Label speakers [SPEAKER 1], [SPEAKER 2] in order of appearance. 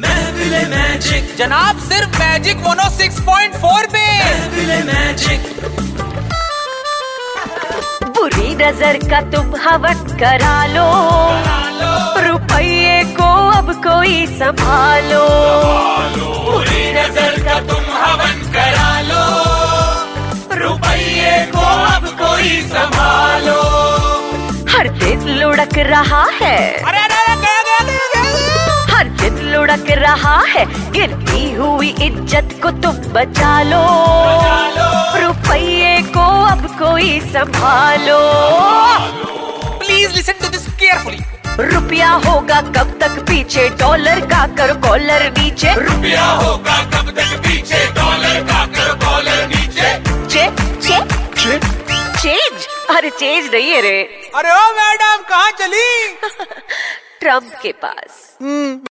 [SPEAKER 1] महफिले magic
[SPEAKER 2] जनाब सिर्फ magic mono 6.4 पे
[SPEAKER 1] महफिले मैजिक
[SPEAKER 3] बुरी नजर का तुम हवस करा लो रुपये को अब कोई संभालो
[SPEAKER 1] पूरी नजर का तुम हवन करा लो रुपये को अब कोई संभालो
[SPEAKER 3] हर दिन लुढ़क रहा है
[SPEAKER 2] अरे अरे अरे गया गया गया गया, गया
[SPEAKER 3] हर दिन लुढ़क रहा है गिरती हुई इज्जत को तुम बचा लो रुपये को अब कोई संभालो
[SPEAKER 2] please listen to this carefully
[SPEAKER 3] रुपया होगा कब तक पीछे डॉलर का कर कॉलर नीचे
[SPEAKER 1] रुपया होगा कब तक पीछे डॉलर का कर डॉलर नीचे
[SPEAKER 3] रुपये चेंज अरे चेंज नहीं है रे
[SPEAKER 2] अरे ओ मैडम कहाँ चली
[SPEAKER 3] ट्रम्प के पास